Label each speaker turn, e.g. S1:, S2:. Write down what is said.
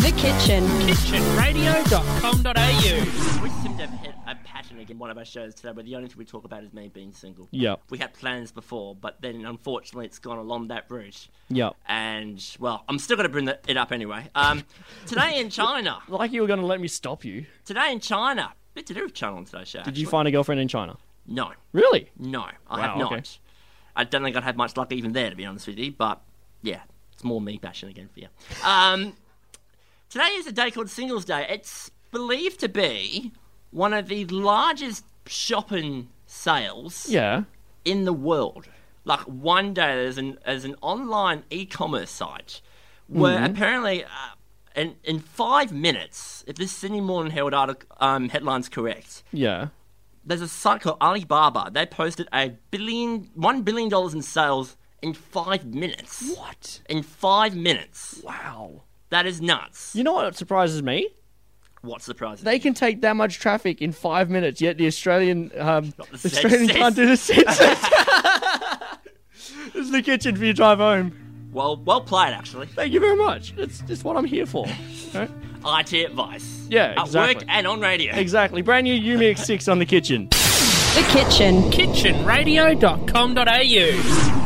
S1: The kitchen.
S2: Kitchenradio.com.au.
S3: We seem to have hit a pattern again. One of our shows today, where the only thing we talk about is me being single.
S2: Yep.
S3: We had plans before, but then unfortunately, it's gone along that route.
S2: Yep.
S3: And well, I'm still going to bring that, it up anyway. Um, today in China.
S2: Like you were going to let me stop you.
S3: Today in China. Bit to do with China on today's show.
S2: Did you find a girlfriend in China?
S3: No,
S2: Really?
S3: no, I
S2: Wow,
S3: have not.
S2: okay.
S3: I don't think I'd have much luck even there, to be honest with you. But yeah, it's more me bashing again for you. Um, today is a day called Singles Day. It's believed to be one of the largest shopping sales
S2: Yeah.
S3: in the world. Like one day, there's an there's an online e-commerce site where
S2: Mm-hmm.
S3: apparently, uh, in in five minutes, if this Sydney Morning Herald article um, headline's correct,
S2: Yeah.
S3: there's a site called Alibaba. They posted a billion, one billion dollars in sales in five minutes.
S2: What?
S3: In five minutes,
S2: Wow.
S3: that is nuts.
S2: You know what surprises me?
S3: What's surprising?
S2: They can take that much traffic in five minutes, yet the Australian um,
S3: the
S2: the Australian
S3: census.
S2: can't do the census. this is the kitchen for your drive home.
S3: well, well played actually.
S2: Thank you very much. That's just what I'm here for. Okay?
S3: IT advice.
S2: Yeah,
S3: At work
S2: exactly.
S3: and on radio.
S2: Exactly. Brand new Umix 6 on the kitchen.
S1: The kitchen.
S2: Kitchenradio.com.au.